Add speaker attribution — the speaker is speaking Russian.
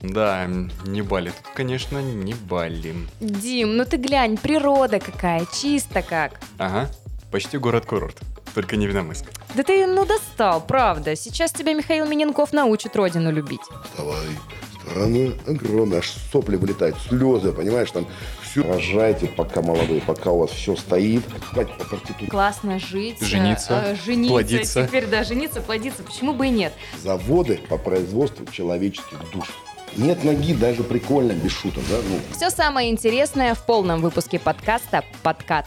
Speaker 1: Да, не Бали. Тут, конечно, не Бали.
Speaker 2: Дим, ну ты глянь, природа какая, чисто как.
Speaker 1: Ага, почти город-курорт, только не Виномыск.
Speaker 2: Да ты, ну достал, правда. Сейчас тебя Михаил Миненков научит родину любить.
Speaker 3: Вставай. Страна огромная, аж ну, сопли вылетают, слезы, понимаешь, там все. Рожайте, пока молодые, пока у вас все стоит. Хватит по партитуре.
Speaker 2: Классно жить.
Speaker 1: Жениться,
Speaker 2: э, жениться.
Speaker 1: плодиться.
Speaker 2: Теперь, да, жениться, плодиться. Почему бы и нет?
Speaker 3: Заводы по производству человеческих душ. Нет ноги, даже прикольно, без шуток, да? Ну,
Speaker 2: Все самое интересное в полном выпуске подкаста «Подкат».